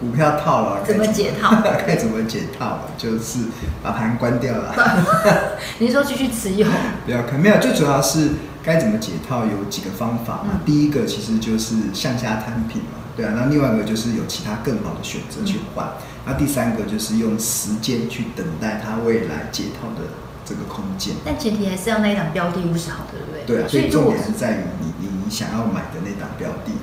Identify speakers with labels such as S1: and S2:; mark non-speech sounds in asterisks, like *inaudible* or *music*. S1: 股票套牢，
S2: 怎么解套？
S1: *laughs* 该怎么解套啊？就是把盘关掉了，啊
S2: *laughs* 你是说继续持有？
S1: 不要看，没有，最主要是该怎么解套有几个方法嘛。
S2: 嗯
S1: 第一个其实就是向下摊平嘛，对啊。那另外一个就是有其他更好的选择去换。那第三个就是用时间去等待它未来解套的这个空间。
S2: *laughs* 但前提还是要那一档标的物是好的，对不对？
S1: 对啊，所以
S2: 如
S1: 重
S2: 果
S1: 点是在于你你你想要买的那档标的。